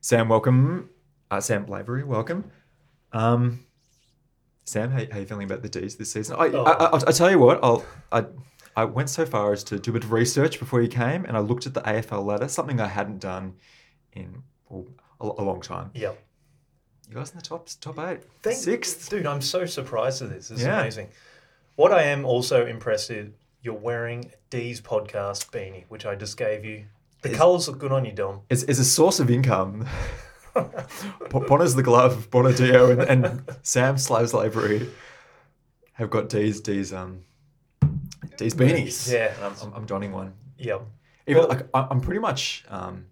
Sam, welcome. Uh, Sam Blavery, welcome. Um, Sam, how, how you feeling about the D's this season? I, Oh. I, I, I tell you what, I'll, I, I went so far as to do a bit of research before you came, and I looked at the AFL ladder, something I hadn't done in well, a, a long time. Yep. You guys in the top top eight, Thank- sixth. Dude, I'm so surprised at this. This Yeah. is amazing. What I am also impressed is you're wearing a D's podcast beanie, which I just gave you. The Is- colours look good on you, Dom. It's, it's a source of income. Bo- Bonner's the glove, Bonner Dio, and, and Sam Slaves Library have got D's D's um D's beanies. Yeah. and I'm, I'm, I'm donning one. Yep. Even Well- like I- I'm pretty much um,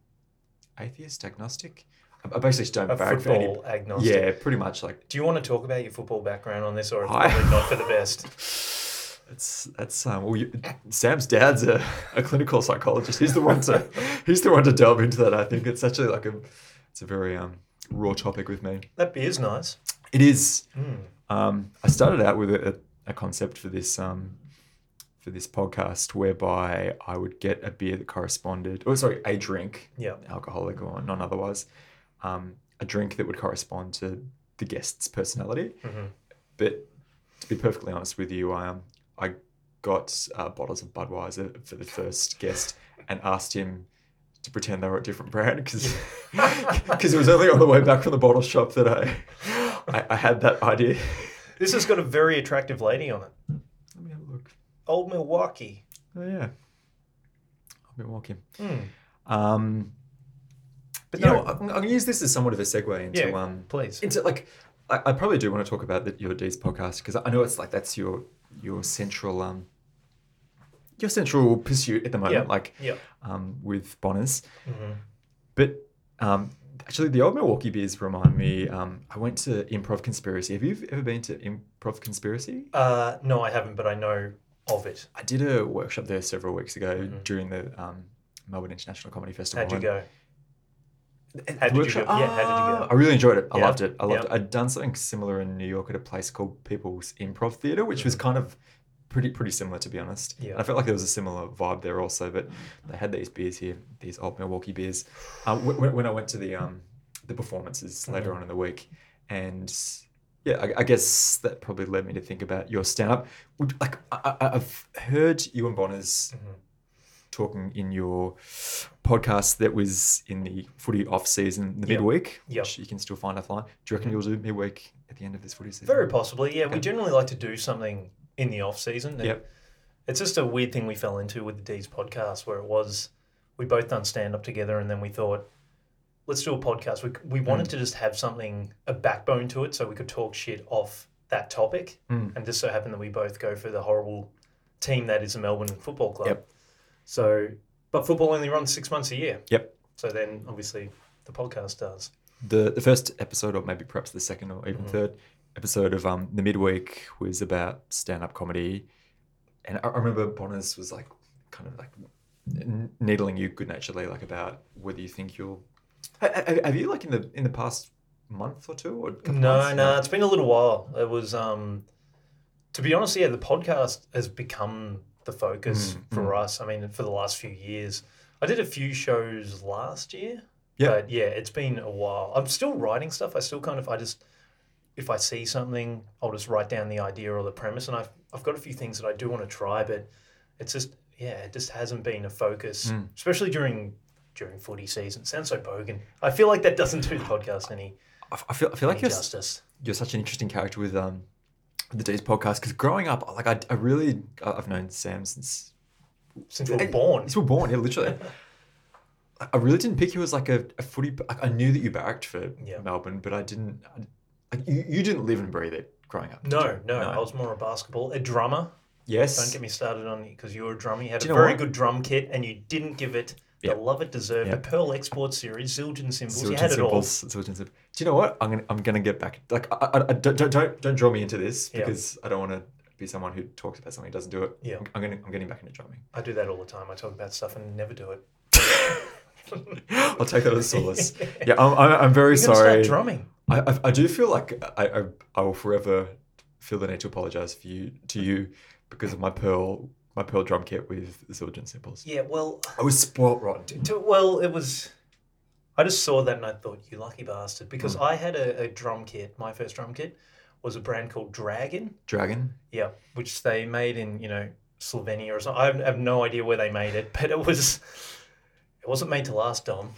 atheist, agnostic. I, I basically just don't A barrack for any. football agnostic. Yeah, pretty much like Do you want to talk about your football background on this, or it's I- probably not for the best? That's that's um, well, you, Sam's dad's a, a clinical psychologist. He's the one to he's the one to delve into that. I think it's actually like a it's a very um, raw topic with me. That beer's nice. It is. Mm. Um, I started out with a, a concept for this um, for this podcast whereby I would get a beer that corresponded, or sorry, a drink, Yeah. alcoholic or non otherwise, um, a drink that would correspond to the guest's personality. hmm But to be perfectly honest with you, I um, I got uh, bottles of Budweiser for the first guest and asked him to pretend they were a different brand because it was only on the way back from the bottle shop that I I, I had that idea. This has got a very attractive lady on it. Let me have a look. Old Milwaukee. Oh yeah, I've been walking. Mm. Um, but Yeah. no, I'm, I'm going to use this as somewhat of a segue into Yeah. um Please. into like I, I probably do want to talk about the, your D's podcast because I know it's like that's your your central um your central pursuit at the moment, Yeah. like Yep. um with Bonners. hmm But um actually, the old Milwaukee beers remind me. Um, I went to Improv Conspiracy. Have you ever been to Improv Conspiracy? Uh, no, I haven't, but I know of it. I did a workshop there several weeks ago Mhm. during the um, Melbourne International Comedy Festival. How'd you and- go? and How the did you workshop- go? Yeah, how did you go? Ah, I really enjoyed it. I Yeah, loved it. I loved yeah. it. I'd done something similar in New York at a place called People's Improv Theatre, which was kind of pretty pretty similar to be honest. Mm. Yeah. I felt like there was a similar vibe there also, but they had these beers here, these old Milwaukee beers. Uh, wh- wh- when I went to the um, the performances Mm-hmm. later on in the week, and yeah, I, I guess that probably led me to think about your stand up. Like I, I- I've heard you and Bonner's Mhm. talking in your podcast that was in the footy off season, the Yeah. midweek, Yeah. which you can still find offline. Do you reckon you'll do midweek at the end of this footy season? Very possibly, yeah. Okay. We generally like to do something in the off season. and Yep. It's just a weird thing we fell into with the D's podcast, where it was we both done stand up together, and then we thought, let's do a podcast. We we wanted Mm. to just have something a backbone to it, so we could talk shit off that topic. Mm. And just so happened that we both go for the horrible team that is the Melbourne Football Club. Yep. So, but football only runs six months a year. Yep. So then, obviously, the podcast does. The the first episode, or maybe perhaps the second or Mm-hmm. even third episode of um the midweek was about stand up comedy, and I, I remember Bonners was like kind of like n- needling you good naturedly, like about whether you think you'll Ha- ha- have you like in the in the past month or two or couple No, months? no, it's been a little while. It was, um, to be honest, yeah, the podcast has become the focus Mm, for us. I mean, for the last few years, I did a few shows last year, Yeah. but yeah, it's been a while. I'm still writing stuff. I still kind of, I just, if I see something, I'll just write down the idea or the premise, and I've, I've got a few things that I do want to try, but it's just, yeah, it just hasn't been a focus, Mm. especially during during footy season. Sounds so bogan. I feel like that doesn't do the podcast any, I, f- I feel I feel any like you're s- justice. you're such an interesting character with um the D's podcast because growing up, like I, I really I- I've known Sam since since we were born. Since we were born, yeah, literally. I- I really didn't pick you as like a, a footy. Like I knew that you barracked for Yeah. Melbourne, but I didn't. I, like you, you didn't live and breathe it growing up. did No, you? no, I was more a basketball, a drummer. yes. Don't get me started on because you were a drummer. You had Do a you know very what? good drum kit, and you didn't give it the Yep. love it deserved. Yep. The Pearl Export Series, Zildjian cymbals. Zildjian you had it all. symbols, Zildjian symb- Do you know what? I'm gonna I'm gonna get back. Like I, I, I- don't don't don't don't draw me into this Yeah. because I don't want to be someone who talks about something who doesn't do it. Yeah. I'm, I'm gonna I'm getting back into drumming. I do that all the time. I talk about stuff and never do it. I'll take that as solace. yeah, I'm, I'm, I'm very You're gonna sorry. start drumming. I, I I do feel like I, I I will forever feel the need to apologize for you to you because of my pearl my pearl drum kit with Zildjian symbols. Yeah, well, I was spoilt rotten. to, well, it was. I just saw that and I thought, you lucky bastard, because Hmm. I had a, a drum kit. My first drum kit was a brand called Dragon. Dragon. Yeah, which they made in you know Slovenia or something. I have- have no idea where they made it, but it was it wasn't made to last, Dom.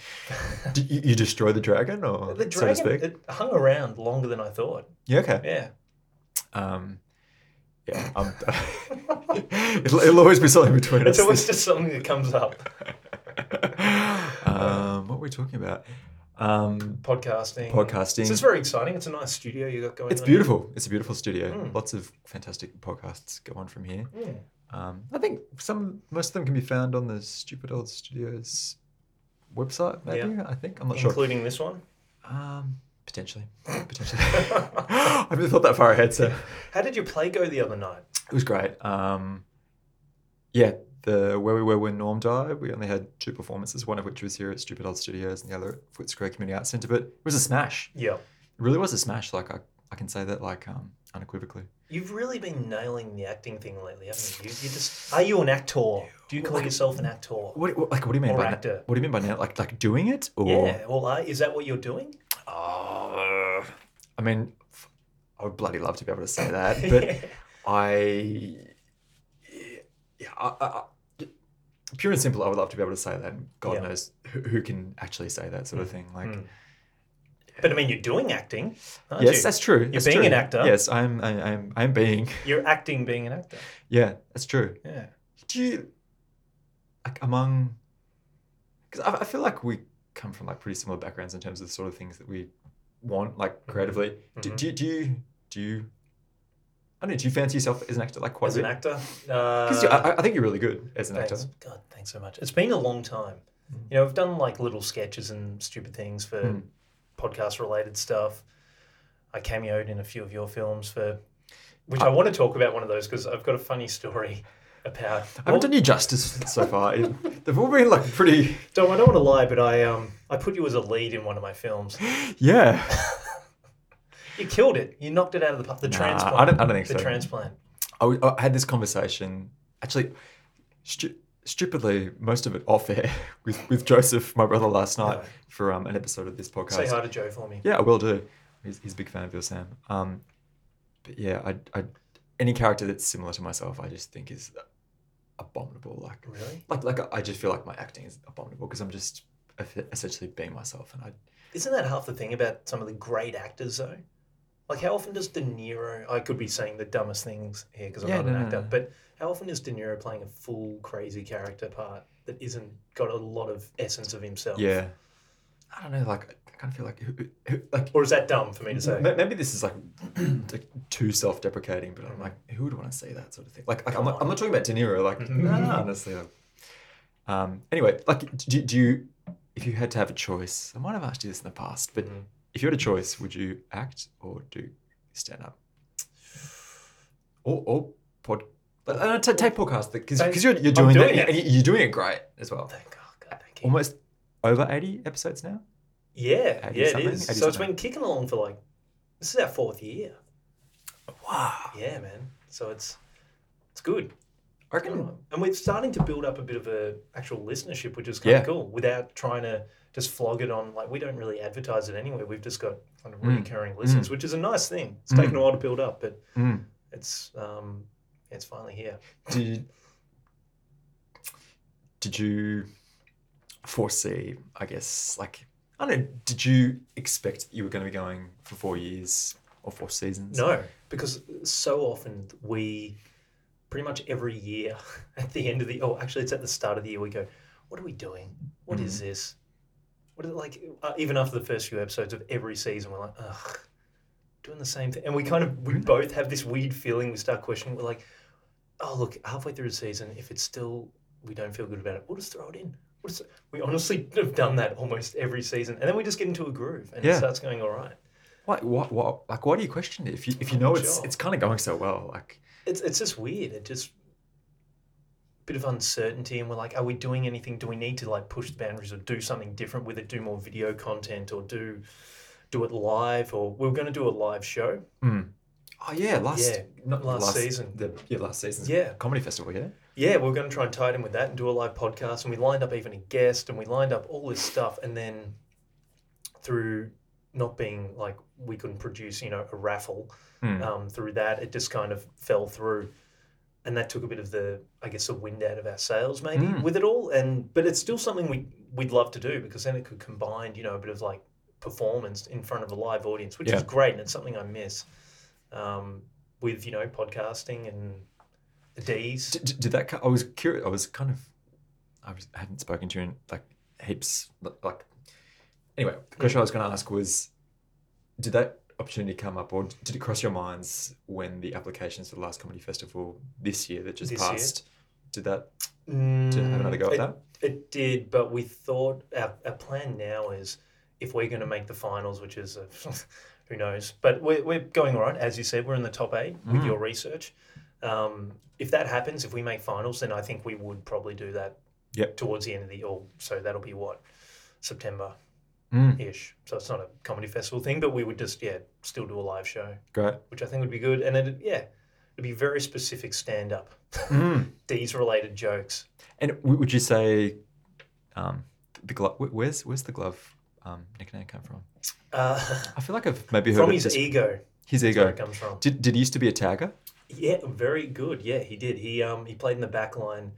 D- you, you destroy the dragon, or The so dragon to speak? it hung around longer than I thought. yeah. Okay. Yeah, Um, yeah. I'm, it'll, it'll always be something between it's us. always just something that comes up. um, what were we talking about? Um, Podcasting. podcasting. So it's very exciting. It's a nice studio you got going. It's on. beautiful. It's a beautiful studio. Mm. Lots of fantastic podcasts go on from here. Mm. Um, I think some most of them can be found on the Stupid Old Studios website. Maybe I think I'm not sure. including this one. Um, potentially, potentially. I haven't thought that far ahead, so it How did your play go the other night? was great. Um, yeah, the where we were when Norm died, we only had two performances, one of which was here at Stupid Old Studios, and the other at Footscray Community Arts Centre. But it was a smash. Yeah, It really was a smash. Like I, I can say that like um, unequivocally. you've really been nailing the acting thing lately, haven't you? You just are you an actor? Do you call yourself an actor? What, what- like what do you mean Or by na- actor. what do you mean by now? Like like doing it or Yeah. Well, I, is that what you're doing? Oh, I mean, f- I would bloody love to be able to say that, but I, yeah, I, I, I- pure and simple, I would love to be able to say that. and God Yeah. knows who, who can actually say that sort of thing. Like, Mm. But I mean, you're doing acting, aren't Hmm. yes, you? that's true. You're being an actor. Yes, I'm. I, I'm. I'm being. You're acting being an actor. Yeah, that's true. Yeah. Do you like among? Because I, I feel like we come from like pretty similar backgrounds in terms of the sort of things that we want, like creatively. Do, Mhm. do, you- do you do you? I don't know. Do you fancy yourself as an actor? Like quite As a an bit? actor. Because uh, I, I- I think you're really good as an Thanks. actor. God, thanks so much. It's been a long time. Mm. You know, I've done like little sketches and stupid things for Mm. podcast related stuff. I cameoed in a few of your films for, which I want to talk about one of those because I've got a funny story about. I haven't done you justice so far. It- They've all been like pretty. Dom, I don't want to lie, but I um I put you as a lead in one of my films. Yeah. You killed it. You knocked it out of the park. The Nah, transplant. I don't- I don't think the so. transplant. I, w- I had this conversation actually, stu- stupidly, most of it off air with, with Joseph, my brother, last night Yeah. for um, an episode of this podcast. Say hi to Joe for me. Yeah, I will do. He's, he's a big fan of yours, Sam. Um, but yeah, I, I, any character that's similar to myself, I just think is abominable. Like, Really? like, like I just feel like my acting is abominable because I'm just eff- essentially being myself, and I Isn't that half the thing about some of the great actors, though? Like, how often does De Niro? I could be saying the dumbest things here because I'm Yeah, not no, an no, actor, no. but how often is De Niro playing a full crazy character part that isn't got a lot of essence of himself? yeah, I don't know. Like, I kind of feel like who- who- who- like Or is that dumb for me to say? M- Maybe this is like like, too self-deprecating, but I'm like, who would want to see that sort of thing? Like, like I'm, not, I'm not talking about De Niro. Like, no, no, honestly. Like, um. Anyway, like, do, do you, if you had to have a choice, I might have asked you this in the past, but Mhm. if you had a choice, would you act or do stand up? Or or pod? But uh, t- take podcast because Take- because you're you're I'm doing, doing that, it. and you're doing it great as well. Oh, Thank God, God, thank you. Almost over eighty episodes now. yeah, Eighty yeah, it something, is. eighty So it's something. been kicking along for like this is our fourth year. Wow. Yeah, man. So it's it's good. I reckon. And we're starting to build up a bit of a actual listenership, which is kind Yeah. of cool, without trying to just flog it on. Like we don't really advertise it anywhere. We've just got kind of Mm. recurring listens, which is a nice thing. It's Mm. taken a while to build up, but Mm. it's um, it's finally here. did did you foresee i guess like i don't know did you expect that you were going to be going for four years or four seasons No, because so often we, pretty much every year, at the end of the oh, actually it's at the start of the year we go, what are we doing? What is Mhm. this? What is it like? Uh, even after the first few episodes of every season, we're like, ugh, doing the same thing, and we kind of we Really? both have this weird feeling. We start questioning. We're like, oh look, halfway through the season, if it's still we don't feel good about it, we'll just throw it in. We'll just- We honestly have done that almost every season, and then we just get into a groove, and Yeah. it starts going all right. why what what like why do you question it if you if you I'm know not it's sure. it's kind of going so well like it's it's just weird. It just bit of uncertainty, and we're like, are we doing anything? Do we need to like push the boundaries or do something different with it? Do more video content or do do it live? Or we were going to do a live show. mm. oh yeah last Yeah, not last season. the, yeah last season's Yeah. comedy festival yeah Yeah, we were going to try and tie it in with that and do a live podcast. And we lined up even a guest, and we lined up all this stuff, and then through not being like we couldn't produce, you know, a raffle Hmm. um, through that. It just kind of fell through, and that took a bit of the, I guess, the wind out of our sails maybe Mm. with it all. And but it's still something we we'd love to do because then it could combine, you know, a bit of like performance in front of a live audience, which is Yeah. great, and it's something I miss um, with you know podcasting and the D's. did, did that? co- I was curious. I was kind of. I was, hadn't spoken to you in like heaps. li- Like, anyway, the question I was going to ask was, did that opportunity come up, or did it cross your minds when the applications for the last comedy festival this year that just This year? passed? Did that? Did have another go Mm, at it- that? It did, but we thought our, our plan now is if we're going to make the finals, which is uh who knows, but we're, we're going all right. As you said, we're in the top eight with Mm. your research. Um, if that happens, if we make finals, then I think we would probably do that Yep. towards the end of the year. So that'll be what? September Mm, ish. So it's not a comedy festival thing, but we would just, yeah, still do a live show, great. which I think would be good. And it, yeah, it'd be very specific stand up, Mm. these related jokes. And w- would you say, um, the glove? Where's where's the glove? Um, nickname come from? Uh, I feel like I've maybe heard from it his e-, just- ego. his That's where ego. it comes from. Did did he used to be a tagger? Yeah, very good. Yeah, he did. He um he played in the back line,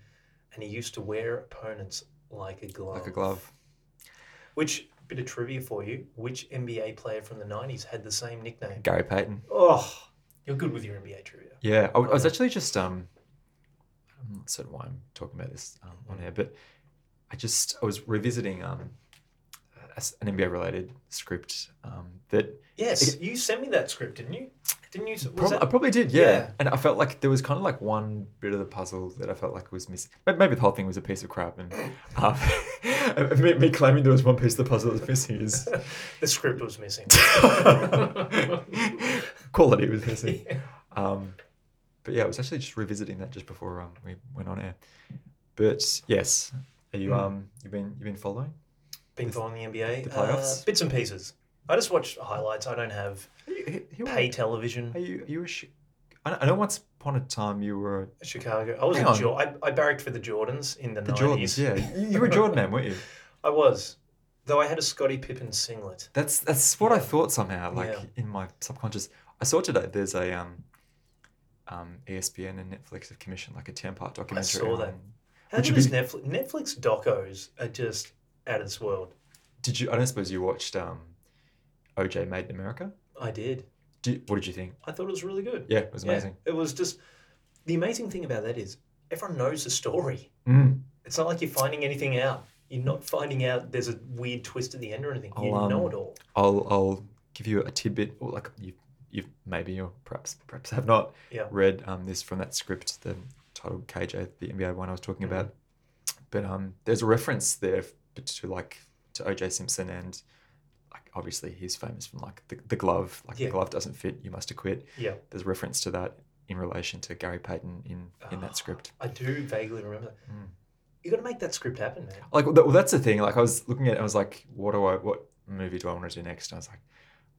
and he used to wear opponents like a glove. Like a glove. Which bit of trivia for you? Which NBA player from the '90s had the same nickname? Gary Payton. Oh, you're good with your NBA trivia. Yeah, I, w- I was Okay. actually just um, I'm not certain why I'm talking about this um, on air, but I just I was revisiting um, a s- an NBA related script um, that Yes, you sent me that script, didn't you? Didn't you? Was prob- I that, probably did, yeah. Yeah. And I felt like there was kind of like one bit of the puzzle that I felt like was missing. But maybe the whole thing was a piece of crap, and um, me, me claiming there was one piece of the puzzle that was missing is the script was missing. quality was missing. Yeah. Um, but yeah, I was actually just revisiting that just before um, we went on air. But yes, are you Mm. um you've been you've been following? Been following the NBA The playoffs? Uh, bits and pieces. I just watch highlights. I don't have Are you, who- who are, pay you? television. are you are you a sh- I know- I know once upon a time you were Chicago. I was Hang in on. Jor- I, I barracked for the Jordans in the, the 90s. Jordans, yeah. You, you were a Jordan man, weren't you? I was, though I had a Scottie Pippen singlet. That's that's what I thought somehow, like Yeah. in my subconscious. I saw today there's a um um ESPN and Netflix have commissioned like a ten part documentary. saw that. on- How Which good would is be- Netflix? Netflix docos are just out of this world. Did you? I don't suppose you watched um OJ Made in America. I did. Did, what did you think? I thought it was really good. Yeah, it was amazing. it was just the amazing thing about that is everyone knows the story. Mm. It's not like you're finding anything out. You're not finding out there's a weird twist at the end or anything. You I'll, um, know it all. I'll I'll give you a tidbit, or like you you maybe or perhaps perhaps have not Yeah. read um, this from that script, the titled KJ, the NBA one I was talking Mhm. about. But um, there's a reference there f- to like to OJ Simpson and like obviously he's famous from like the, the glove, like Yeah. the glove doesn't fit, you must acquit. Yeah. There's a reference to that in relation to Gary Payton in in Ah, that script. I do vaguely remember that. Mm. You got to make that script happen, man. Like well, that- well, that's the thing. Like I was looking at, it, I was like, what do I, what movie do I want to do next? And I was like,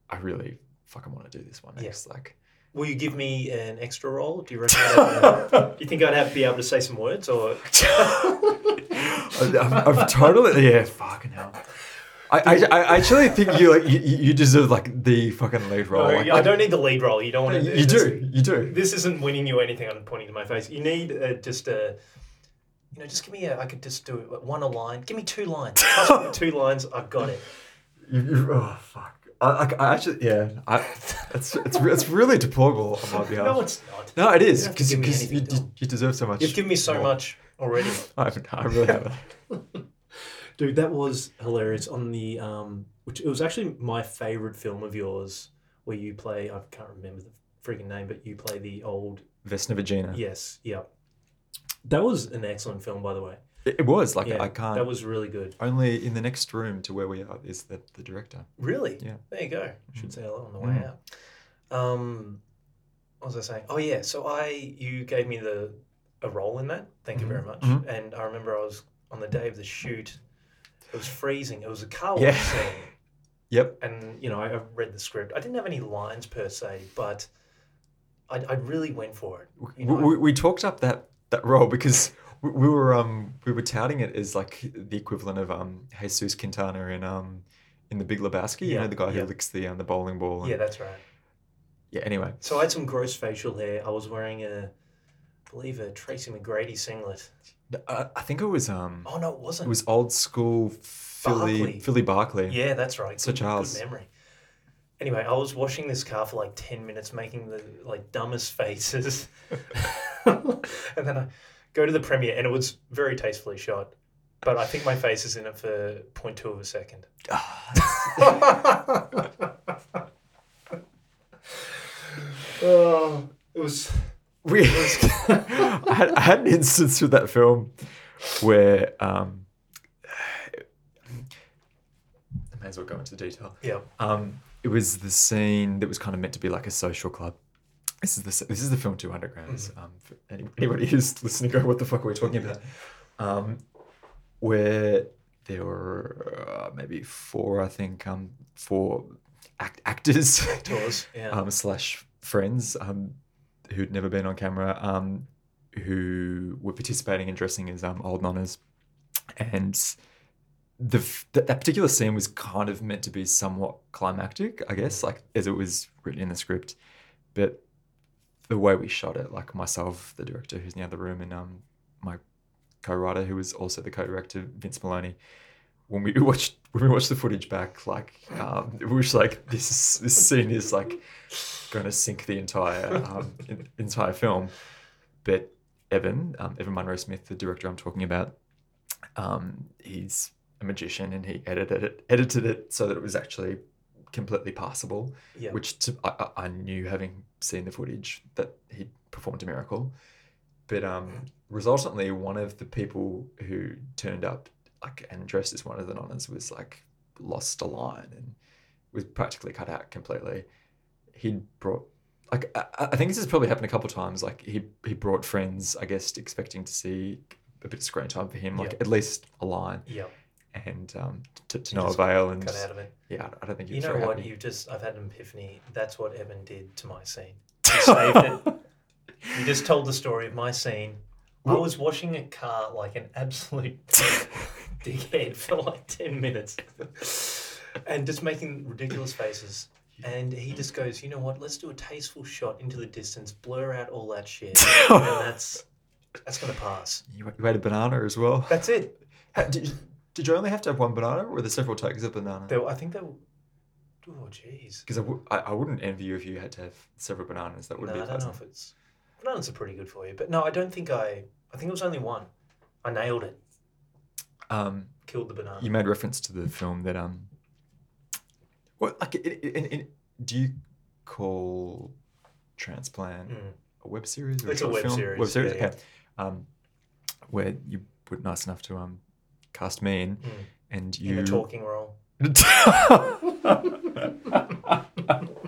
I really fucking want to do this one Yeah. next. Like Will you give me an extra role? Do you reckon? I'd have- do you think I'd have to be able to say some words or? I've, I've totally yeah, fucking hell. I, I, I actually think you like you, you deserve like the fucking lead role. No, like, Oh, I don't need the lead role. You don't want like, to. You do, you do. This isn't winning you anything. I'm pointing to my face. You need uh, just a. You know, just give me a. I could just do it. like, One a line. Give me two lines. Just give me two lines. I've got it. You, you- oh fuck! I, I, I actually yeah. I, it's it's re- it's really deplorable on my behalf. No, it's not. No, it is You don't have to because give me you, anything, you, you deserve so much. You've given me so more. much already, I, I really haven't. dude. That was hilarious. On the um, which it was actually my favorite film of yours, where you play. I can't remember the freaking name, but you play the old. Vesna Vagina. Yes. Yep. That was an excellent film, by the way. It, it was like Yeah, I can't. That was really good. only in the next room to where we are is the, the director. Really? Yeah. There you go. Should Mm. say hello on the way Mm. out. Um, what was I saying? Oh yeah. So I, you gave me the a role in that. Thank you Mhm. very much. Mhm. And I remember I was on the day of the shoot. It was freezing. It was a car wash Yeah. scene. Yep. And you know, I, I read the script. I didn't have any lines per se, but I, I really went for it. W- You know, we, we talked up that that role because we, we were um we were touting it as like the equivalent of um Jesus Quintana in um in The Big Lebowski. You Yeah, know, the guy who yeah. licks the um, the bowling ball. and- Yeah, that's right. yeah. Anyway, So I had some gross facial hair. I was wearing a, I believe a Tracy McGrady singlet. uh, I, I think it was um, Oh no, it wasn't. it was old school Philly Barclay. Philly Barclay. Yeah, that's right. Sir Good- Charles. Good memory. Anyway, I was washing this car for like ten minutes, making the like dumbest faces, and then I go to the premiere, and it was very tastefully shot. But I think my face is in it for 0.2 of a second. oh, it was. we, I, had, I had an instance with that film where um, I may as well go into detail. Yeah. Um, it was the scene that was kind of meant to be like a social club. This is the s- this is the film Two Hundred Grams. Um, for any, anybody who's listening, go, what the fuck are we talking about? Um, where there were uh, maybe four, I think, um, four act- actors Tours. Yeah. um, slash friends um, who'd never been on camera um, who were participating and dressing as um, old nonnas. And the f- that, that particular scene was kind of meant to be somewhat climactic, I guess, like as it was written in the script. But the way we shot it, like myself, the director who's in the other room, and um, my co-writer who was also the co-director, Vince Maloney, when we watched when we watched the footage back, like um, we were just like this is- this scene is like going to sink the entire um, en- entire film. But Evan um, Evan Munro Smith, the director I'm talking about, um, he's a magician and he edited it edited it so that it was actually completely passable yeah. which to, I, I I knew having seen the footage that he performed a miracle. But um, Mm-hmm. resultantly, one of the people who turned up like and dressed as one of the nonnas was like lost a line and was practically cut out completely. He'd brought like I, I I think this has probably happened a couple times. Like he he brought friends, I guess, expecting to see a bit of screen time for him, like Yeah. at least a line, yeah. and um, to, to He no just avail. And Cut out of it. yeah, I- I don't think he You was know very what? happy. You just. I've had an epiphany. That's what Evan did to my scene. You saved it. You just told the story of my scene. I Well- was washing a car like an absolute dickhead for like 10 minutes and just making ridiculous faces. And he just goes, you know what? Let's do a tasteful shot into the distance, blur out all that shit. and that's that's going to pass. You, you had a banana as well. That's it. Ha- Uh, Did you, did you only have to have one banana, or were there several takes of banana? There, I think that. Oh, jeez. Because I w- I, I wouldn't envy you if you had to have several bananas. That would No, be I don't know pleasant. if it's. Bananas are pretty good for you. But no, I don't think I. I think it was only one. I nailed it. Um, Killed the banana. you made reference to the film that um. What like it, it, it, it, do you call transplant Mm. a web series or It's a, a short web film? series, Web series, yeah, yeah. okay. Um, where you were nice enough to um cast me in, Mm. and you In a talking role.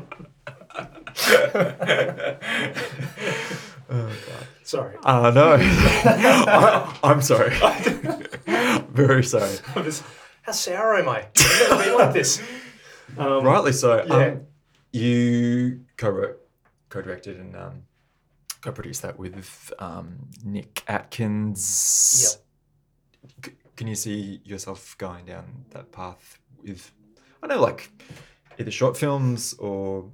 oh god. Sorry. Ah no. I, I'm sorry. Very sorry. I was- how sour am I? I've never been like this. Um, Rightly so. yeah. Um, you co-wrote, co-directed, and um, co-produced that with um, Nick Atkins. C- can you see yourself going down that path with, I know, like either short films or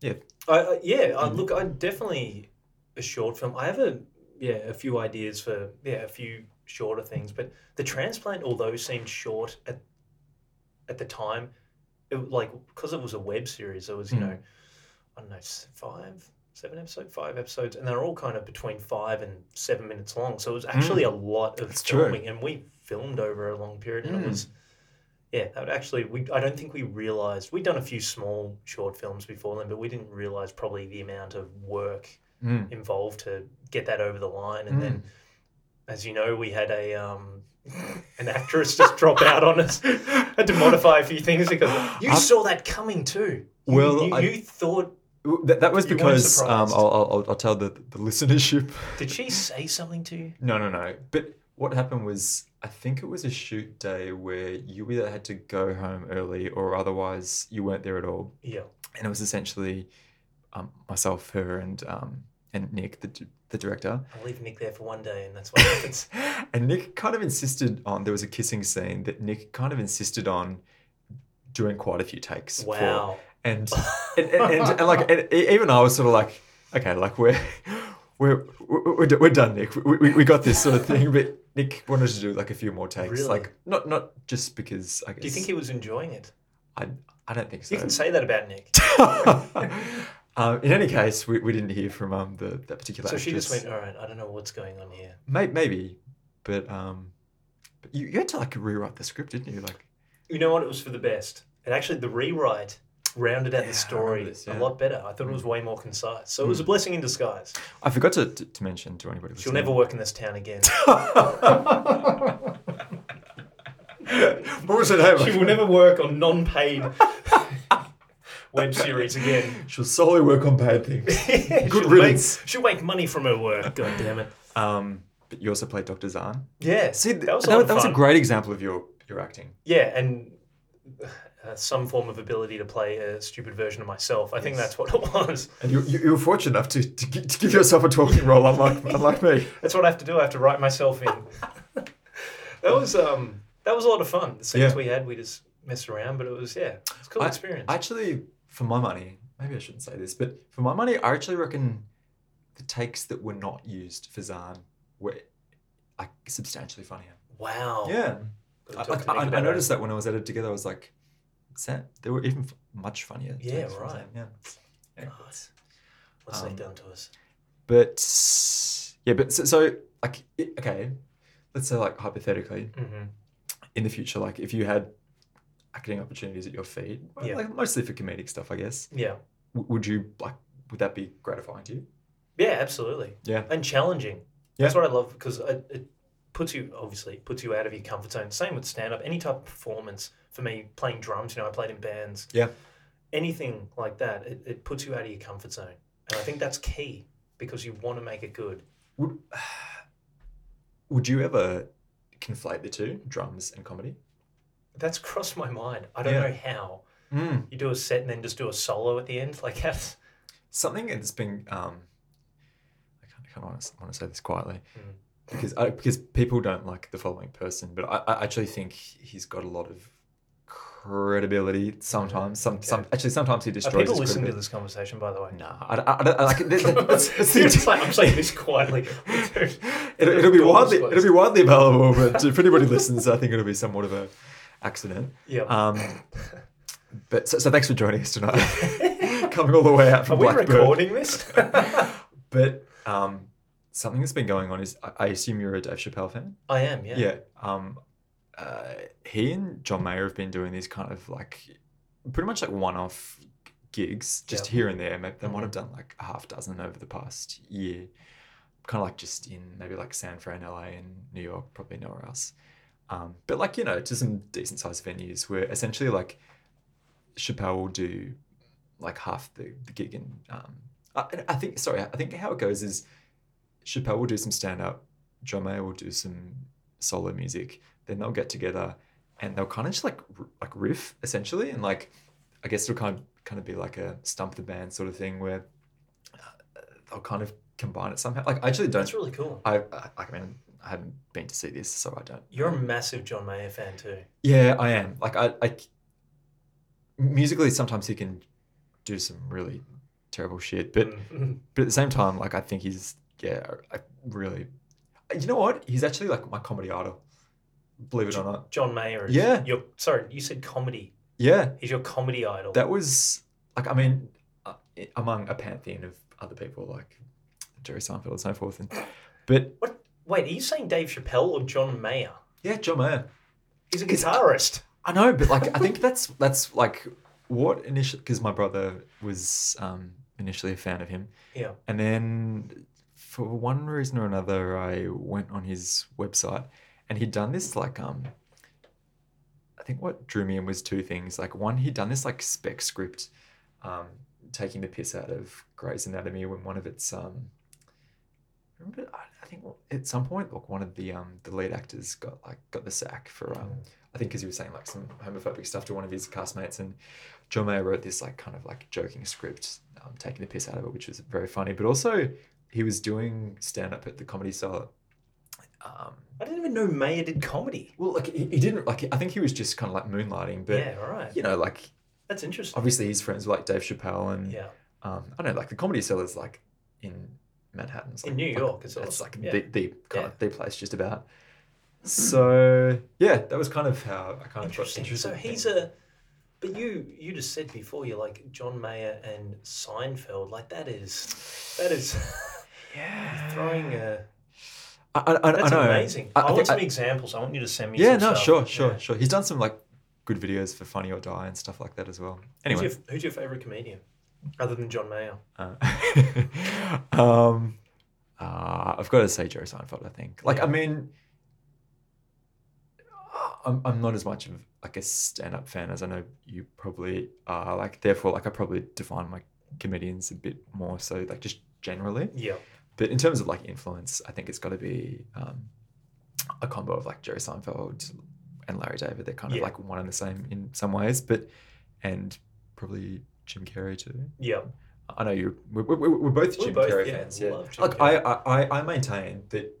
yeah, I, I, yeah. Mm-hmm. I, look, I definitely a short film. I have a yeah a few ideas for yeah a few shorter things, but the transplant, although seemed short at at the time, it, like because it was a web series, it was you Mm. know I don't know s- five. Seven episode, five episodes, and they're all kind of between five and seven minutes long. So it was actually a lot of Hmm. That's true. filming, and we filmed over a long period, and Mm. it was Yeah, that would actually, we I don't think we realized we'd done a few small short films before then, but we didn't realize probably the amount of work Mm. involved to get that over the line. And then, Hmm. as you know, we had a um, an actress just drop out on us. Had to modify a few things because you I've- saw that coming too. You- Well, you, I- you thought, Well, That, that was You weren't because um, surprised. I'll, I'll, I'll- I'll tell the, the listenership. did she say something to you? No, no, no. But what happened was, I think it was a shoot day where you either had to go home early or otherwise you weren't there at all. Yeah, And it was essentially um, myself, her, and um, and Nick, the, d- the director. I'll leave Nick there for one day, and that's what happens. And Nick kind of insisted on there was a kissing scene that Nick kind of insisted on doing quite a few takes. for- Wow. and and, and, and, and like and e- even I was sort of like, okay, like we're we're we're, we're do- we're done, Nick. We, we, we got this sort of thing. But Nick wanted to do like a few more takes, Really? like not not just because I guess. Do you think he was enjoying it? I I don't think so. You can say that about Nick. um, in any case, we, we didn't hear from um the that particular. So she just actress. went, all right, I don't know what's going on here. May- maybe, but um, but you, you had to like rewrite the script, didn't you? Like You know what? It was for the best. And actually, the rewrite rounded out Yeah, I the story remember this, yeah. Hmm. a lot better. I thought it was way more concise. So it was a blessing in disguise. I forgot to, to, to mention to anybody. She'll listening. never work in this town again. what was her name? she will never work on non paid web series again. She'll solely work on paid things. she'll, make, riddance. she'll make money from her work. God damn it. Um, but you also played Doctor Zahn. Yeah. See, that was a that, lot of that was a fun. great example of your your acting. Yeah, and uh, some form of ability to play a stupid version of myself. I think Yes. that's what it was. And you, you, you were fortunate enough to, to, gi- to give yourself a talking role, unlike unlike me. That's what I have to do. I have to write myself in. that was um that was a lot of fun. The scenes Yeah. we had, we just messed around, but it was yeah, it's a cool I- experience. Actually, for my money, maybe I shouldn't say this, but for my money, I actually reckon the takes that were not used for Zahn were like substantially funnier. wow. Yeah, Gotta I, talk like, to Nick I, I about noticed that when I was edited together, I was like, Sam, they were even f- much funnier. Yeah, takes from right. Zahn, Yeah. that. God, Oh, What's Um, Nick done to us? But yeah, but so, so like it, okay, let's say like hypothetically Mm-hmm. in the future, like if you had acting opportunities at your feet, well, Yeah. like mostly for comedic stuff, I guess. Yeah, W- would you like? Would that be gratifying to you? yeah, absolutely, Yeah. and challenging. Yeah. That's what I love because it, it puts you obviously it puts you out of your comfort zone. Same with stand up, any type of performance. For me, playing drums, you know, I played in bands. Yeah. anything like that, it, it puts you out of your comfort zone, and I think that's key because you want to make it good. Would Would you ever conflate the two, drums and comedy? That's crossed my mind. I don't Yeah. know how you do a set and then just do a solo at the end. Like that's Something that's been um, I kind of, kind of want, to, want to say this quietly Mm. because I, because people don't like the following person, but I, I actually think he's got a lot of credibility. Sometimes, some some actually sometimes he Mm-hmm. are destroys. people his listening to credibility. this conversation, by the way. Nah, I, I, I don't I like it. That's- that's the- You're just like, I'm saying this quietly. Dude, it'll, the it'll be door's widely closed. it'll be widely available, but if anybody listens, I think it'll be somewhat of a accident. Yeah. Um, but so, so thanks for joining us tonight, coming all the way out are from we Blackbird. recording this? But um, something that's been going on is I, I assume you're a Dave Chappelle fan. I am. Yeah. Um, uh, he and John Mayer have been doing these kind of like pretty much like one-off gigs, just Yeah. here and there. Maybe they Mhm. might have done like a half dozen over the past year, kind of like just in maybe like San Fran, LA, and New York, probably nowhere else. Um, but like you know, to some decent-sized venues where essentially like Chappelle will do like half the, the gig and um, I, and I think sorry, I think how it goes is Chappelle will do some stand up, John Mayer will do some solo music, then they'll get together and they'll kind of just like r- like riff essentially, and like I guess it'll kind of kind of be like a stump the band sort of thing where uh, they'll kind of combine it somehow. Like I actually don't. That's really cool. I, I I mean I haven't been to see this, so I don't. You're a massive John Mayer fan too. Yeah, I am. Like I, I musically sometimes he can do some really terrible shit, but Mm. but at the same time, like I think he's yeah, I really. You know what? He's actually like my comedy idol. Believe it or not. John Mayer is Yeah. your sorry, you said comedy. Yeah, He's your comedy idol. that was like I mean, uh, among a pantheon of other people like Jerry Seinfeld and so forth, and but what wait, are you saying Dave Chappelle or John Mayer? yeah, John Mayer. He's a He's- guitarist. I know, but like I think that's that's like what initially because my brother was um, initially a fan of him, Yeah. and then for one reason or another, I went on his website, and he'd done this like um. I think what drew me in was two things. Like one, he'd done this like spec script, um, taking the piss out of Grey's Anatomy when one of its um. Remember, I I think at some point, like one of the um the lead actors got like got the sack for um I think because he was saying like some homophobic stuff to one of his castmates, and John Mayer wrote this like kind of like joking script, um, taking the piss out of it, which was very funny. But also, he was doing stand up at the Comedy Cellar, Um, I didn't even know Mayer did comedy. well, like he, he didn't like. I think he was just kind of like moonlighting, but yeah, all right. you know, like That's interesting. obviously he's friends with like Dave Chappelle and Yeah. um, I don't know, like the comedy cellars like in Manhattan. It's, In like- New like, York, it's it's awesome. like Yeah. the, the kind Yeah. Hmm. of the place just about. So yeah, that was kind of how I kind of got Interesting. interested. So in he's things. a. But you you just said before you're like John Mayer and Seinfeld. Like that is that is yeah throwing a. I, I, I, That's know. amazing. I, I, I want think some I- examples. I want you to send me. yeah, some no, stuff. sure, sure, Yeah. sure. He's done some like good videos for Funny or Die and stuff like that as well. Anyway, Who's your, who's your favorite comedian other than John Mayer? Uh, um, uh, I've got to say Joe Seinfeld. I think. Like, I mean, uh, I'm I'm not as much of like a stand-up fan as I know you probably are. Like, therefore, like I probably define my comedians a bit more. So, like, just generally. Yeah. But in terms of like influence, I think it's got to be um, a combo of like Jerry Seinfeld and Larry David. They're kind of Yeah. like one and the same in some ways, but and probably Jim Carrey too. Yeah. I know you. We're, we're, we're both We're Jim both, Carrey yeah, fans. Yeah. love Jim Look, I, I I- I maintain that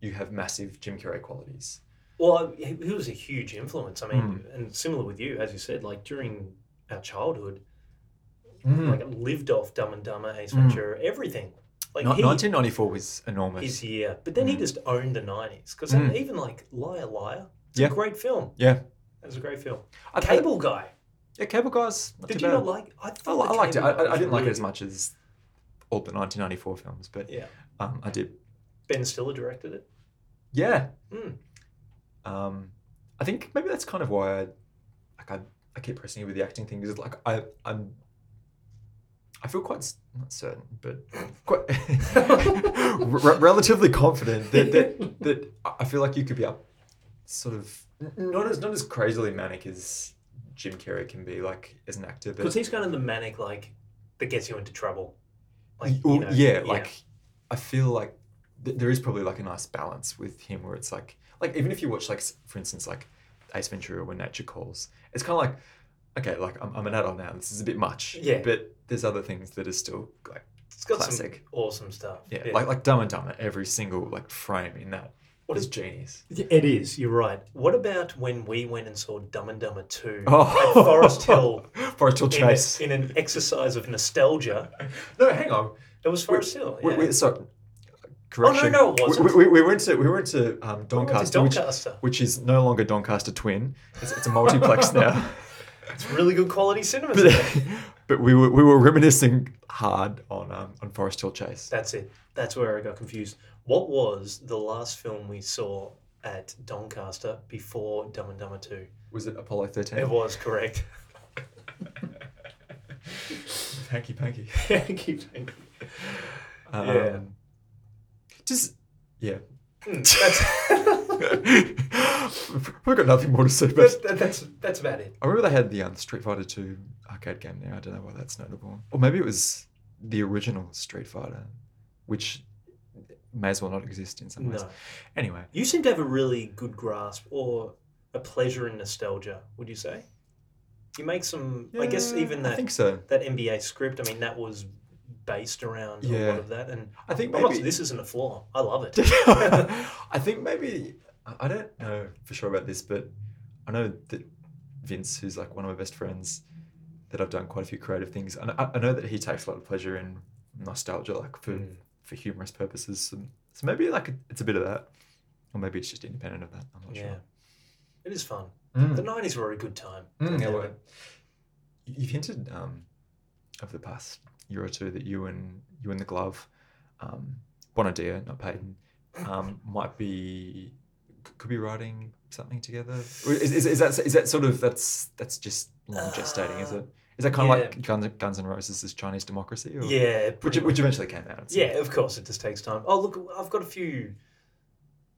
you have massive Jim Carrey qualities. Well, I- he he was a huge influence. I mean, Hmm. and similar with you, as you said, like during our childhood, Hmm. like I lived off Dumb and Dumber, Ace Mm. Ventura, everything. Like Nin- he, 1994 was enormous. his year, but then he Mm. just owned the nineties because Mm. even like Liar Liar, it's Yeah. a great film. yeah. It was a great film. I- I- Cable Guy. yeah, Cable Guys. Not Did too you bad. not like? I I, thought li- I the liked it. Cable I, Guy I, I was didn't like it really as much as all the 1994 films, but good. Yeah, um, I did. Ben Stiller directed it. Yeah. Mm. Um, I think maybe that's kind of why I like I, I keep pressing you with the acting thing because like I I'm I feel quite s- not certain but quite re- relatively confident that, that that I I feel like you could be up sort of n- not as not as crazily manic as Jim Carrey can be like as an actor but Because he's kind of the manic, like that gets you into trouble. Well, you know, yeah, like I feel like th- there is probably like a nice balance with him where it's like like even if you watch like s- for instance like Ace Ventura when nature calls, it's kind of like okay, like I'm, I'm an adult now. This is a bit much. Yeah. but there's other things that are still like it's got classic. some awesome stuff. yeah, like like Dumb and Dumber. Every single like frame in that What is is- genius. It is. You're right. What about when we went and saw Dumb and Dumber Two Oh. at Forest Hill Forest Hill in, a- Chase. in an exercise of nostalgia? No, hang on. It was Forest Hill. We, yeah. Oh, we, sorry. Correction. no, it We- wasn't. We, we, we went to we went to um, We went to Doncaster, which- Doncaster. which is no longer Doncaster Twin. It's, it's a multiplex now. It's really good quality cinema. but, but we were we were reminiscing hard on um, on Forest Hill Chase. That's it. That's where I got confused. What was the last film we saw at Doncaster before Dumb and Dumber Two? Was it Apollo It thirteen? was correct. Hanky panky. Keep saying- Um, Yeah. Just yeah. Hmm, that's, We've got nothing more to say. But that's, that's that's about it. I remember they had the um, Street Fighter two arcade game there. I don't know why that's notable. Or maybe it was the original Street Fighter, which may as well not exist in some ways. No. Anyway. You seem to have a really good grasp or a pleasure in nostalgia, would you say? You make some, I guess, Yeah, even I that, think so. that NBA script, I mean, that was based around a Yeah. lot of that. And I think I'm not- maybe this isn't a flaw. I love it. I think maybe I I don't know for sure about this, but I know that Vince, who's like one of my best friends, that I've done quite a few creative things, and I, I know that he takes a lot of pleasure in nostalgia, like for Mm. for humorous purposes. So, so maybe like it's a bit of that, or maybe it's just independent of that. I'm not Yeah. sure. It is fun. Mm. The 90s were a good time. Mm, yeah, Yeah. well, you've hinted um, over the past year or two that you and you and the glove, um, Bonadio, not Payton, um, might be c- could be writing something together. Or Is, is, is that is that sort of that's that's just long gestating? Is Uh, it? Is that kind of yeah. like Guns Guns N' Roses' Chinese Democracy? Or, Yeah, Which, pretty much. which eventually came out. so- yeah, of course, it just takes time. Oh, look, I've got a few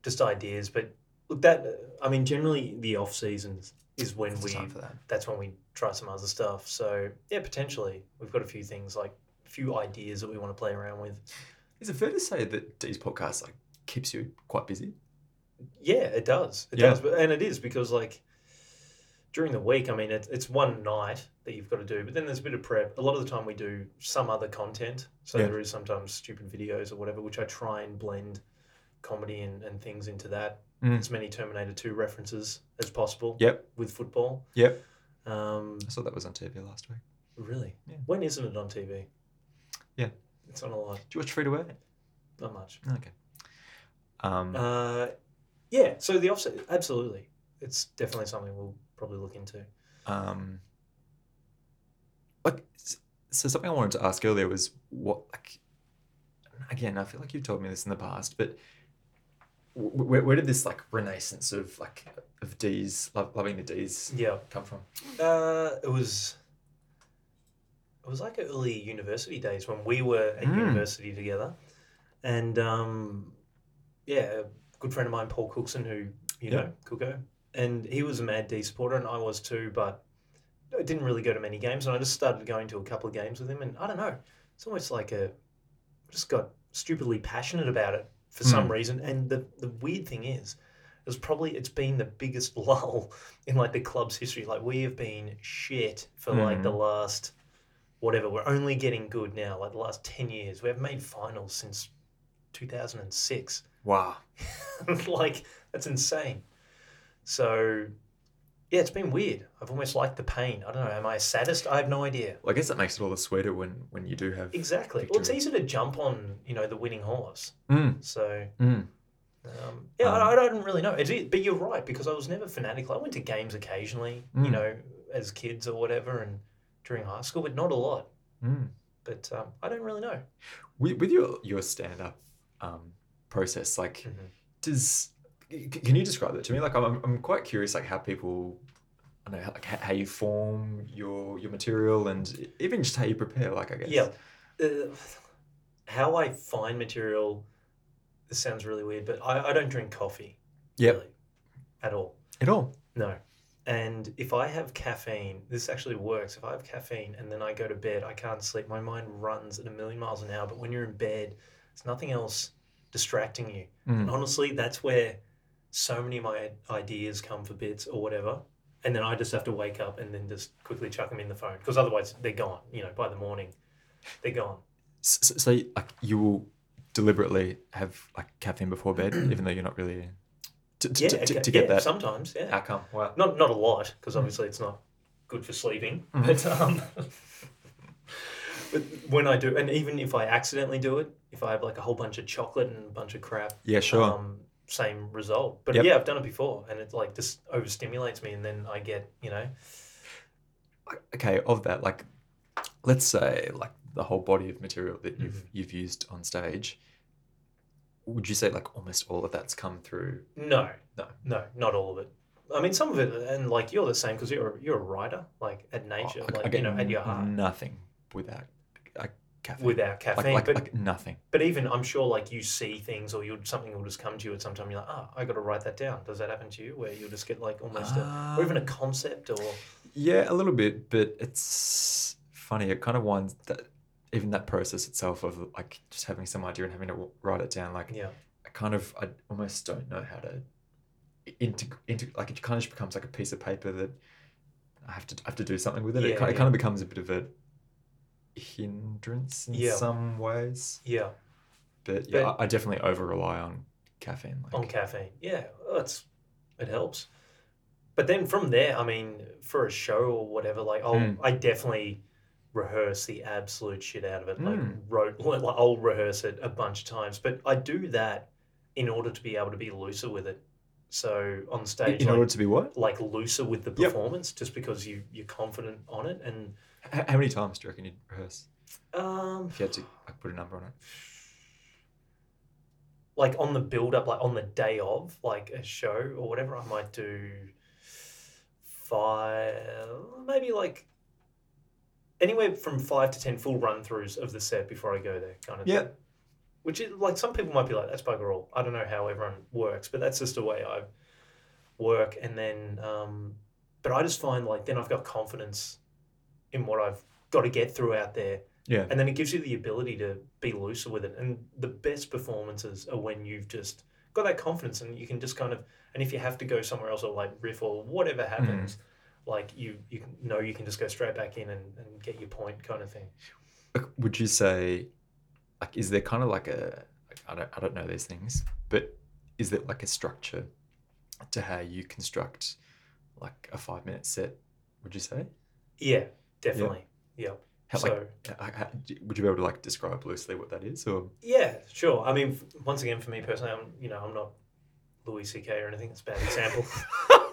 just ideas, but look, that, I mean, generally the off seasons is when it's we time for that. that's when we try some other stuff. So yeah, potentially we've got a few things like a few ideas that we want to play around with. Is it fair to say that these podcasts like keeps you quite busy? Yeah, it does. It Yeah. does, but, and it is because like during the week, I mean, it, it's one night that you've got to do, but then there's a bit of prep. A lot of the time we do some other content, so Yeah. there is sometimes stupid videos or whatever, which I try and blend comedy and, and things into that. Mm. As many Terminator 2 references as possible Yep. with football. Yep. Um, I saw that was on TV last week. really? Yeah. When isn't it on TV? Yeah. It's on a lot. Do you watch Free to Wear? Not much. Okay. Um, Uh, yeah, so the offset, absolutely. It's definitely something we'll probably look into. um, like, s- so something I wanted to ask earlier was what, like, again, I feel like you've told me this in the past, but wh- wh- where, where did this like renaissance of like of D's lo- loving the D's Yeah. come from? Uh, it was. It was like early university days when we were at Mm. university together, and um, yeah, a good friend of mine, Paul Cookson, who Yeah. you know, Cooko, and he was a Mad D supporter, and I was too, but I didn't really go to many games, and I just started going to a couple of games with him, and I don't know, it's almost like a, I just got stupidly passionate about it for some reason, and the the weird thing is, it was probably it's been the biggest lull in like the club's history. Like we have been shit for like the last whatever. We're only getting good now. Like the last ten years, we have made finals since two thousand and six. Wow. like that's insane. So yeah, it's been weird. I've almost liked the pain. I don't know. Am I a sadist? I have no idea. Well, I guess that makes it all the sweeter when when you do have. Exactly. Well, it's Victory. easy to jump on, you know, the winning horse. Mm, So mm. Um, yeah, I, I don't really know. It's, but you're right because I was never fanatical. I went to games occasionally, you Mm. know, as kids or whatever, and during high school, but not a lot. Mm. But um, I don't really know. with, with your your stand up um, process, like, Mhm. does c- can you describe that to me? Like, I'm, I'm quite curious, like how people, I don't know, like h- how you form your your material and even just how you prepare. Like, I guess. Yeah, uh, how I find material. This sounds really weird, but I, I don't drink coffee. Yep. really, at all. At all. No. And if I have caffeine, this actually works. If I have caffeine and then I go to bed, I can't sleep. My mind runs at a million miles an hour. But when you're in bed, there's nothing else distracting you. And Mm. honestly, that's where so many of my ideas come for bits or whatever. And then I just have to wake up and then just quickly chuck them in the phone because otherwise they're gone. You know, by the morning, they're gone. S- s- So, like, you will deliberately have like caffeine before bed, even though you're not really to, to, Yeah, to, to, okay, to get yeah, that sometimes. Yeah, outcome. Wow. not not a lot because Hmm. obviously it's not good for sleeping. But um, but when I do, and even if I accidentally do it, if I have like a whole bunch of chocolate and a bunch of crap, Yeah, sure. um, same result. But Yep. yeah, I've done it before, and it like just overstimulates me, and then I get you know okay of that like let's say like the whole body of material that you've Mm-hmm. you've used on stage would you say like almost all of that's come through no, No. no, not all of it. I mean, some of it, and like you're the same because you're you're a writer, like at nature, Oh, I- I like get you know, at your n- heart, nothing without like caffeine without like, caffeine. like, but like nothing But even I'm sure, like you see things, or you'll something will just come to you at some time. You're like, oh, I got to write that down. Does that happen to you, where you'll just get like almost, a, or even a concept, or Uh, yeah a little bit but it's funny it kind of winds that even that process itself of like just having some idea and having to w- write it down like yeah, I kind of I almost don't know how to into into like it kind of just becomes like a piece of paper that I have to I have to do something with it. Yeah, it, kind, yeah. it kind of becomes a bit of a hindrance in Yeah. some ways. yeah, But yeah, But- I, I definitely over rely on caffeine. Like, on caffeine, yeah, well, that's it helps. But then from there, I mean, for a show or whatever, like I'll Mm. I definitely rehearse the absolute shit out of it. Like Mm. wrote, like I'll rehearse it a bunch of times. But I do that in order to be able to be looser with it. So on in, stage, in like, order to be what? like looser with the Yep. performance just because you you're confident on it and H- how many times do you reckon you'd rehearse um if you had to like put a number on it? like on the build up like on the day of like a show or whatever I might do five maybe like anywhere from 5 to 10 full run throughs of the set before I go there kind of Yeah. thing. which is like some people might be like that's bugger all I don't know how everyone works but that's just the way I work and then um but I just find like then I've got confidence in what I've got to get through out there Yeah. and then it gives you the ability to be looser with it. And the best performances are when you've just got that confidence and you can just kind of, and if you have to go somewhere else or like riff or whatever Mm-hmm. happens, like you, you can- know you can just go straight back in and, and get your point kind of thing. Like, would you say like is there kind of like a like, I don't I don't know these things, but is there like a structure to how you construct like a five minute set? Would you say? Yeah, definitely. Yeah. How, so like, h- how- d- would you be able to like describe loosely what that is? Or yeah, sure. I mean, f- once again, for me personally, I'm you know I'm not Louis C.K. or anything. It's a bad example.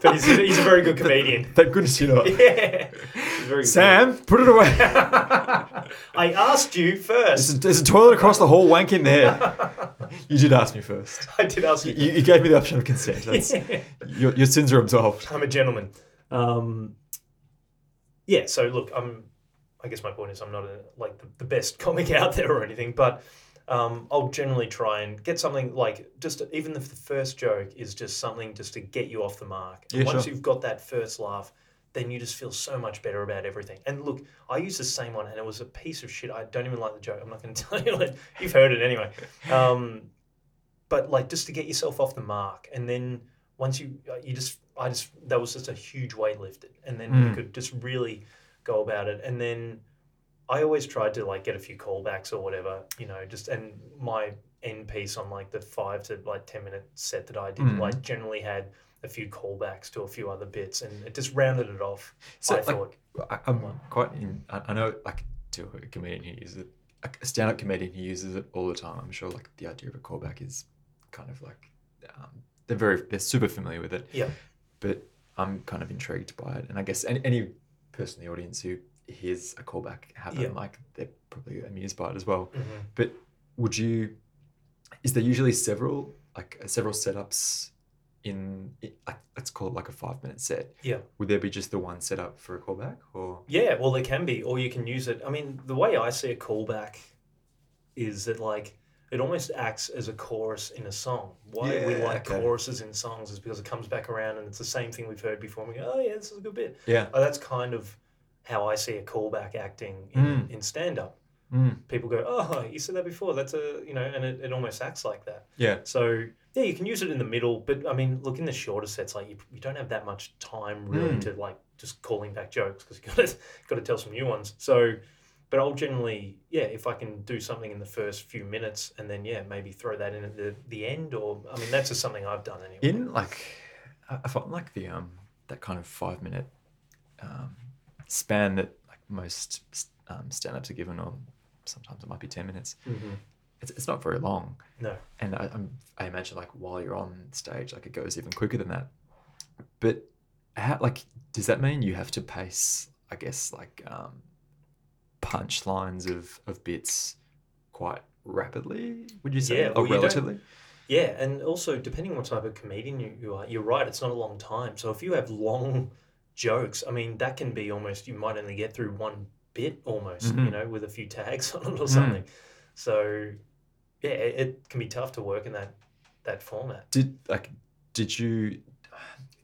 But he's a- he's a very good comedian. Thank goodness you're not. yeah. He's very good. Sam, put it away. I asked you There's a, first. there's a toilet across the hall. Wank in there. You did ask me first. I did ask you. You, you gave me the option of consent. That's, your, your sins are absolved. I'm a gentleman. Um, yeah, so look, I'm. I guess my point is I'm not a, like the, the best comic out there or anything, but um, I'll generally try and get something like just even if the first joke is just something just to get you off the mark. And Yeah, once sure. you've got that first laugh, then you just feel so much better about everything. And look, I used the same one, and it was a piece of shit. I don't even like the joke. I'm not going to tell you. Like, you've heard it anyway. Um, but like just to get yourself off the mark and then once you uh, you just i just that was just a huge weight lifted and then you Mm. could just really go about it and then i always tried to like get a few callbacks or whatever you know just and my end piece on like the five to like 10 minute set that i did Mm. like generally had a few callbacks to a few other bits and it just rounded it off So i like, thought I, I'm quite. In, I, I know, like, to a comedian who uses it, a a stand-up comedian who uses it all the time. I'm sure, like, the idea of a callback is kind of like um, they're very they're super familiar with it. Yeah. But I'm kind of intrigued by it, and I guess any, any person in the audience who hears a callback happen, Yeah. like, they're probably amused by it as well. mhm. But would you? Is there usually several like uh, several setups in i- like let's call it like a five minute set? Yeah. Would there be just the one setup for a callback or? Yeah, well, it can be, or you can use it. I mean, the way I see a callback is that like it almost acts as a chorus in a song. Why we Yeah, like okay. choruses in songs is because it comes back around and it's the same thing we've heard before. And we go, oh yeah, this is a good bit. Yeah. Oh, that's kind of how I see a callback acting in, Mm. in stand up. Mm. People go, oh, you said that before. That's a you know, and it, it almost acts like that. Yeah. So yeah, you can use it in the middle, but I mean, look in the shorter sets, like you, you don't have that much time really Mm. to like just calling back jokes because you got to got to tell some new ones. So, but I'll generally yeah, if I can do something in the first few minutes and then yeah, maybe throw that in at the the end or I mean that's just something I've done anyway. In like, I I find like the um that kind of five minute um, span that like most um, stand ups are given, or sometimes it might be ten minutes. hmm It's, it's not very long. No, and I, I'm, I imagine like while you're on stage, like it goes even quicker than that. But how, like, does that mean you have to pace? I guess like um, punchlines of of bits quite rapidly. Would you say? Yeah, or well, you don't- relatively. yeah, and also depending what type of comedian you, you are, you're right. It's not a long time. So if you have long jokes, I mean that can be almost you might only get through one bit almost, you Mhm. know, with a few tags on it or Mm. something. So yeah, it, it can be tough to work in that that format. Did like did you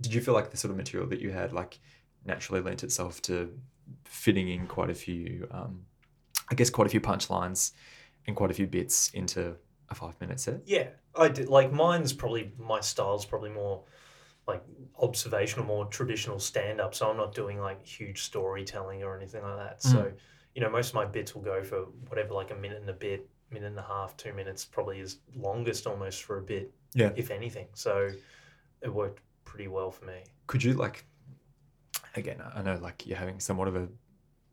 did you feel like the sort of material that you had like naturally lent itself to fitting in quite a few, um, I guess, quite a few punchlines and quite a few bits into a five minute set? Yeah, I did. Like mine's probably my style's probably more like observational, more traditional stand up. So I'm not doing like huge storytelling or anything like that. Mm. So you know, most of my bits will go for whatever, like a minute and a bit, minute and a half, two minutes, probably is longest almost for a bit, Yeah. if anything. So it worked pretty well for me. could you like again i know like you're having somewhat of a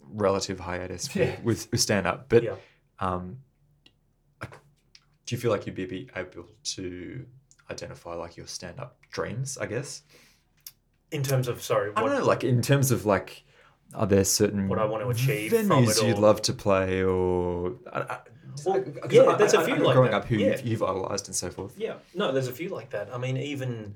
relative hiatus with, Yeah. with, with stand up but Yeah. um like, do you feel like you'd be- be able to identify like your stand up dreams i guess In terms of sorry, i what don't know like in terms of like are there certain What I want to achieve from venues it you'd or- love to play or I, I, Well, 'cause yeah, I- there's I- a I few know like growing that. up who Yeah. you've, you've idolized and so forth Yeah, no, there's a few like that. I mean, even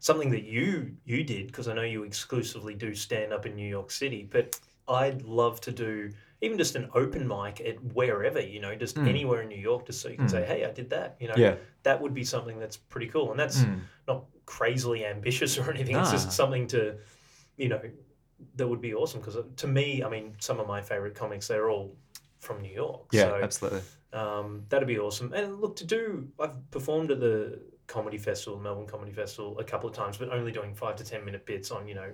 something that you you did because I know you exclusively do stand up in New York City, but I'd love to do even just an open mic at wherever you know, just Mm. anywhere in New York, just so you can Mm. say, "Hey, I did that." You know, yeah that would be something that's pretty cool, and that's Mm. not crazily ambitious or anything. It's Nah. just something to, you know, that would be awesome because to me, I mean, some of my favorite comics they're all from New York. yeah so, absolutely um, that'd be awesome. And look, to do, I've performed at the comedy festival, Melbourne Comedy Festival, a couple of times, but only doing five to ten minute bits on you know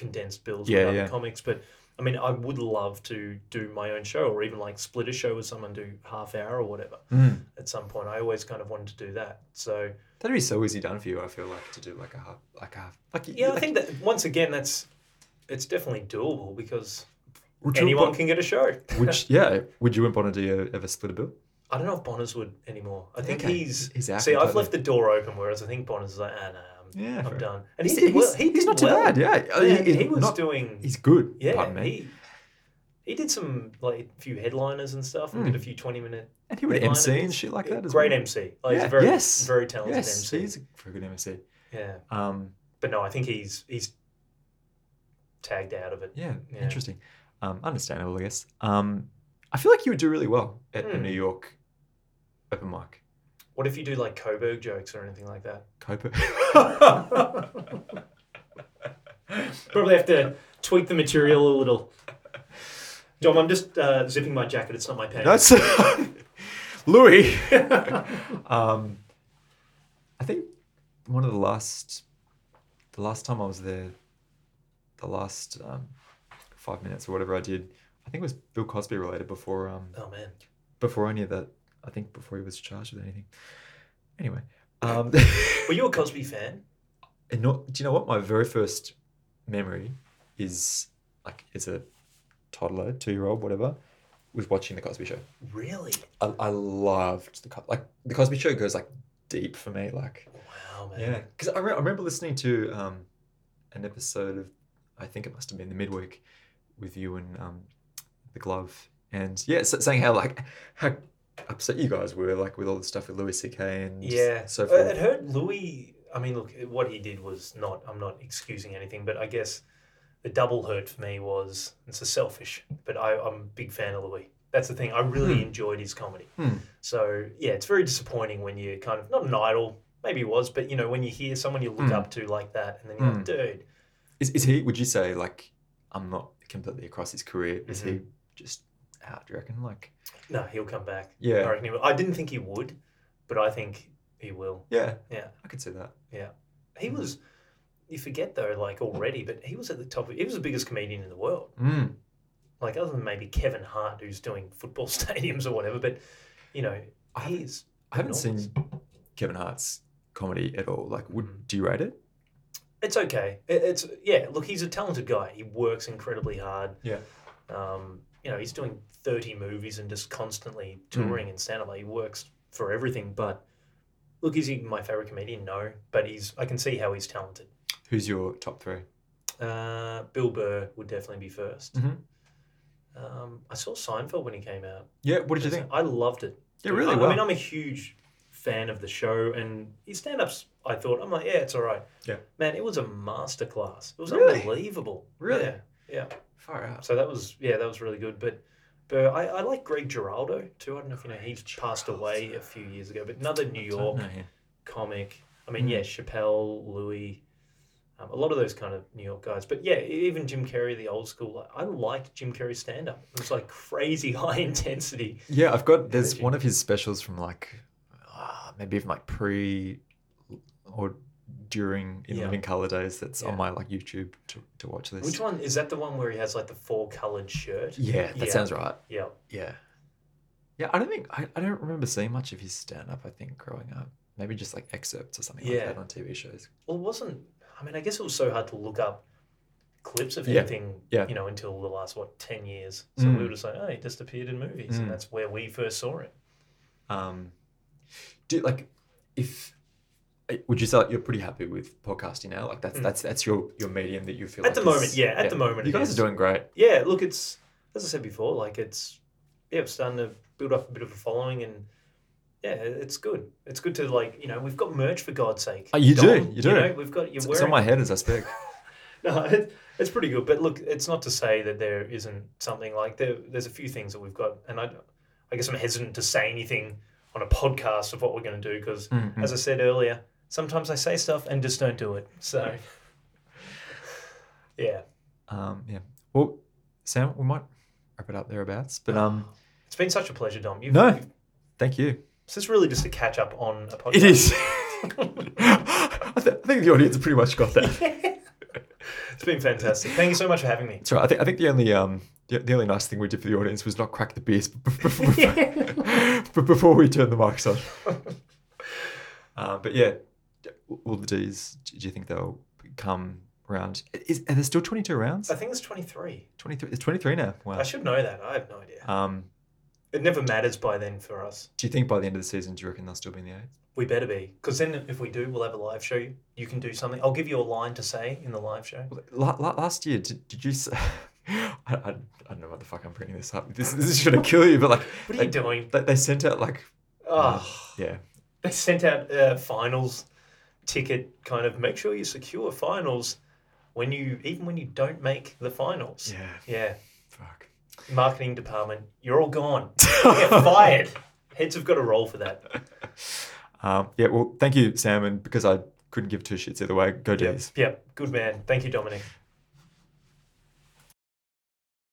condensed bills Yeah, with other yeah. comics. But I mean, I would love to do my own show or even like split a show with someone, do half hour or whatever Mm. at some point. I always kind of wanted to do that. So That'd be so easy done for you. I feel like to do like a half, like a half. Like, yeah, I think that once again, that's it's definitely doable because Would you and anyone Bon- can get a show. Would you- yeah, would you and Bonadio ever split a bill? I don't know if Bonners would anymore. I think Okay. he's He's out see. I've completely. left the door open, whereas I think Bonners is like, ah, nah, I'm, Yeah, I'm fair. done. And he did well. He he's did not too well. bad. Yeah, Uh, Yeah, he's he, was not- doing. He's good. yeah, pardon me. he he did some like a few headliners and stuff, and Mm. did a few twenty minute and he would headliners. MC and shit like that as Great well. MC. Like, he's Yeah, a very, yes, very talented Yes, MC. he's a very good MC. Yeah, Um, but no, I think he's he's tagged out of it. yeah, Yeah. interesting. Um, understandable, I guess. Um, I feel like you would do really well at a Hmm. New York open mic. What if you do like Coburg jokes or anything like that? Copa. Probably have to tweak the material a little. Dom, I'm just uh, zipping my jacket. It's not my pants. That's Louis. um, I think one of the last, the last time I was there, the last um, five minutes or whatever I did, I think it was Bill Cosby related before um, oh man. before any of that. I think before he was charged with anything. Anyway, um, Were you a Cosby fan? and not, do you know what my very first memory is like as a toddler, two year old, whatever, was watching the Cosby Show. Really? I, I loved the Co- like the Cosby Show goes like deep for me like Wow, man. yeah because I, re- I remember listening to um an episode of I think it must have been the midweek with you and um the glove and yeah s saying how like how upset you guys were like with all the stuff with Louis C.K. Uh, and Yeah. so I- I'd forth heard Louis. I mean, look, what he did was not. I'm not excusing anything, but I guess the double hurt for me was it's a selfish. But I, I'm a big fan of Louis. That's the thing. I really Hmm. enjoyed his comedy. Hmm. So yeah, it's very disappointing when you're kind of not an idol. Maybe he was, but you know, when you hear someone you look Hmm. up to like that, and then you're Hmm. like, dude, is, is he would you say like I'm not completely across his career is Mm-hmm. he just out do you reckon like no, he'll come back. Yeah. I reckon he will. I didn't think he would, but I think he will. yeah Yeah. I could see that Hmm. He was. You forget though, like already, but he was at the top. Of, he was the biggest comedian in the world. mm. like other than maybe Kevin Hart, who's doing football stadiums or whatever. But you know, I haven't- he's I haven't enormous. seen Kevin Hart's comedy at all. Like, Mhm. would do you rate it? it's okay. It- It's yeah. Look, he's a talented guy. He works incredibly hard. Yeah. Um, you know, he's doing thirty movies and just constantly Mm. touring and stand up. Like, he works for everything. But look, is he my favorite comedian? No, but he's. I can see how he's talented. Who's your top three? Uh, Bill Burr would definitely be 1st Mhm. Um, I saw Seinfeld when he came out. Yeah, what did you think? I loved it. Yeah, Dude, really I, well. I mean, I'm a huge fan of the show, and his stand-ups. I thought I'm like, yeah, it's all right. Yeah. man, it was a masterclass. It was Really? unbelievable. Really? yeah, yeah. Far out. So that was yeah, that was really good. But but I, I like Greg Giraldo too. I don't know if you know he passed away a few years ago, but another New York comic. I mean, Mm. yeah, Chappelle, Louis. Um, a lot of those kind of New York guys, but yeah, e- even Jim Carrey, the old school. I I liked Jim Carrey's stand-up. It was like crazy high intensity. Yeah, I've got. There's Energy. one of his specials from like, uh, maybe even like pre, or during in Yeah. Living Color days. That's Yeah. on my like YouTube to, to watch this. Which one is that? The one where he has like the four coloured shirt? Yeah, that Yeah. sounds right. Yeah. Yeah. Yeah, I don't think I, I don't remember seeing much of his stand up. I think growing up, maybe just like excerpts or something Yeah. like that on TV shows. Well, it wasn't. I mean, I guess it was so hard to look up clips of Yeah. anything. Yeah. You know, until the last what ten years. So we Mm. were just like, oh, he just appeared in movies, Mm. and that's where we first saw it. Um, do like if eh, would you say like, you're pretty happy with podcasting now? Like that's Mm. that's that's your your medium that you feel At like the is- moment, yeah, at the moment you it guys is. are doing great. Yeah. Look, it's as I said before, like it's yeah, it's starting to build up a bit of a following, and yeah, it's good. It's good to like you know we've got merch for God's sake. Oh, you do, you do. know, we've got you're It's, it's wearing on my head as I speak. No, it, it's pretty good. But look, it's not to say that there isn't something like there. There's a few things that we've got, and I, I guess I'm hesitant to say anything on a podcast of what we're going to do because, Mhm. as I said earlier, sometimes I say stuff and just don't do it. So, yeah, um, yeah. Well, Sam, we might wrap it up thereabouts. Ah. But um, it's been such a pleasure, Dom. You've, No. you've- thank you. this is really just a catch up on a podcast. It is. I, th- I think the audience pretty much got that. It's been fantastic. Thank you so much for having me. That's right. I think I think the only um the, the only nice thing we did for the audience was not crack the beers b- b- b- before we turned the mics on. Uh, but yeah, d- all the D's. Do you think they'll come round? Is are there still twenty two rounds? I think it's 23. Twenty three. It's twenty three now. I Wow. should know that. I have no idea. Um, It never matters by then for us. do you think by the end of the season, do you reckon they'll still be in the eight? We better be. Because then if we do, we'll have a live show. You can do something. I'll give you a line to say in the live show. Well, la- la- Last year, did, did you? s- I, I, I don't know what the fuck I'm bringing this up. This, this is gonna kill you. But like, What are you they, doing? they, they sent out like, Oh, yeah, they sent out a finals ticket kind of make sure you secure finals when you even when you don't make the finals. yeah, Yeah. fuck. Marketing department, you're all gone. You get fired. Heads have got to roll for that. Um, yeah, well, thank you, Sam, and because I couldn't give two shits either way, go D's. Yep. Good man. Thank you, Dominic.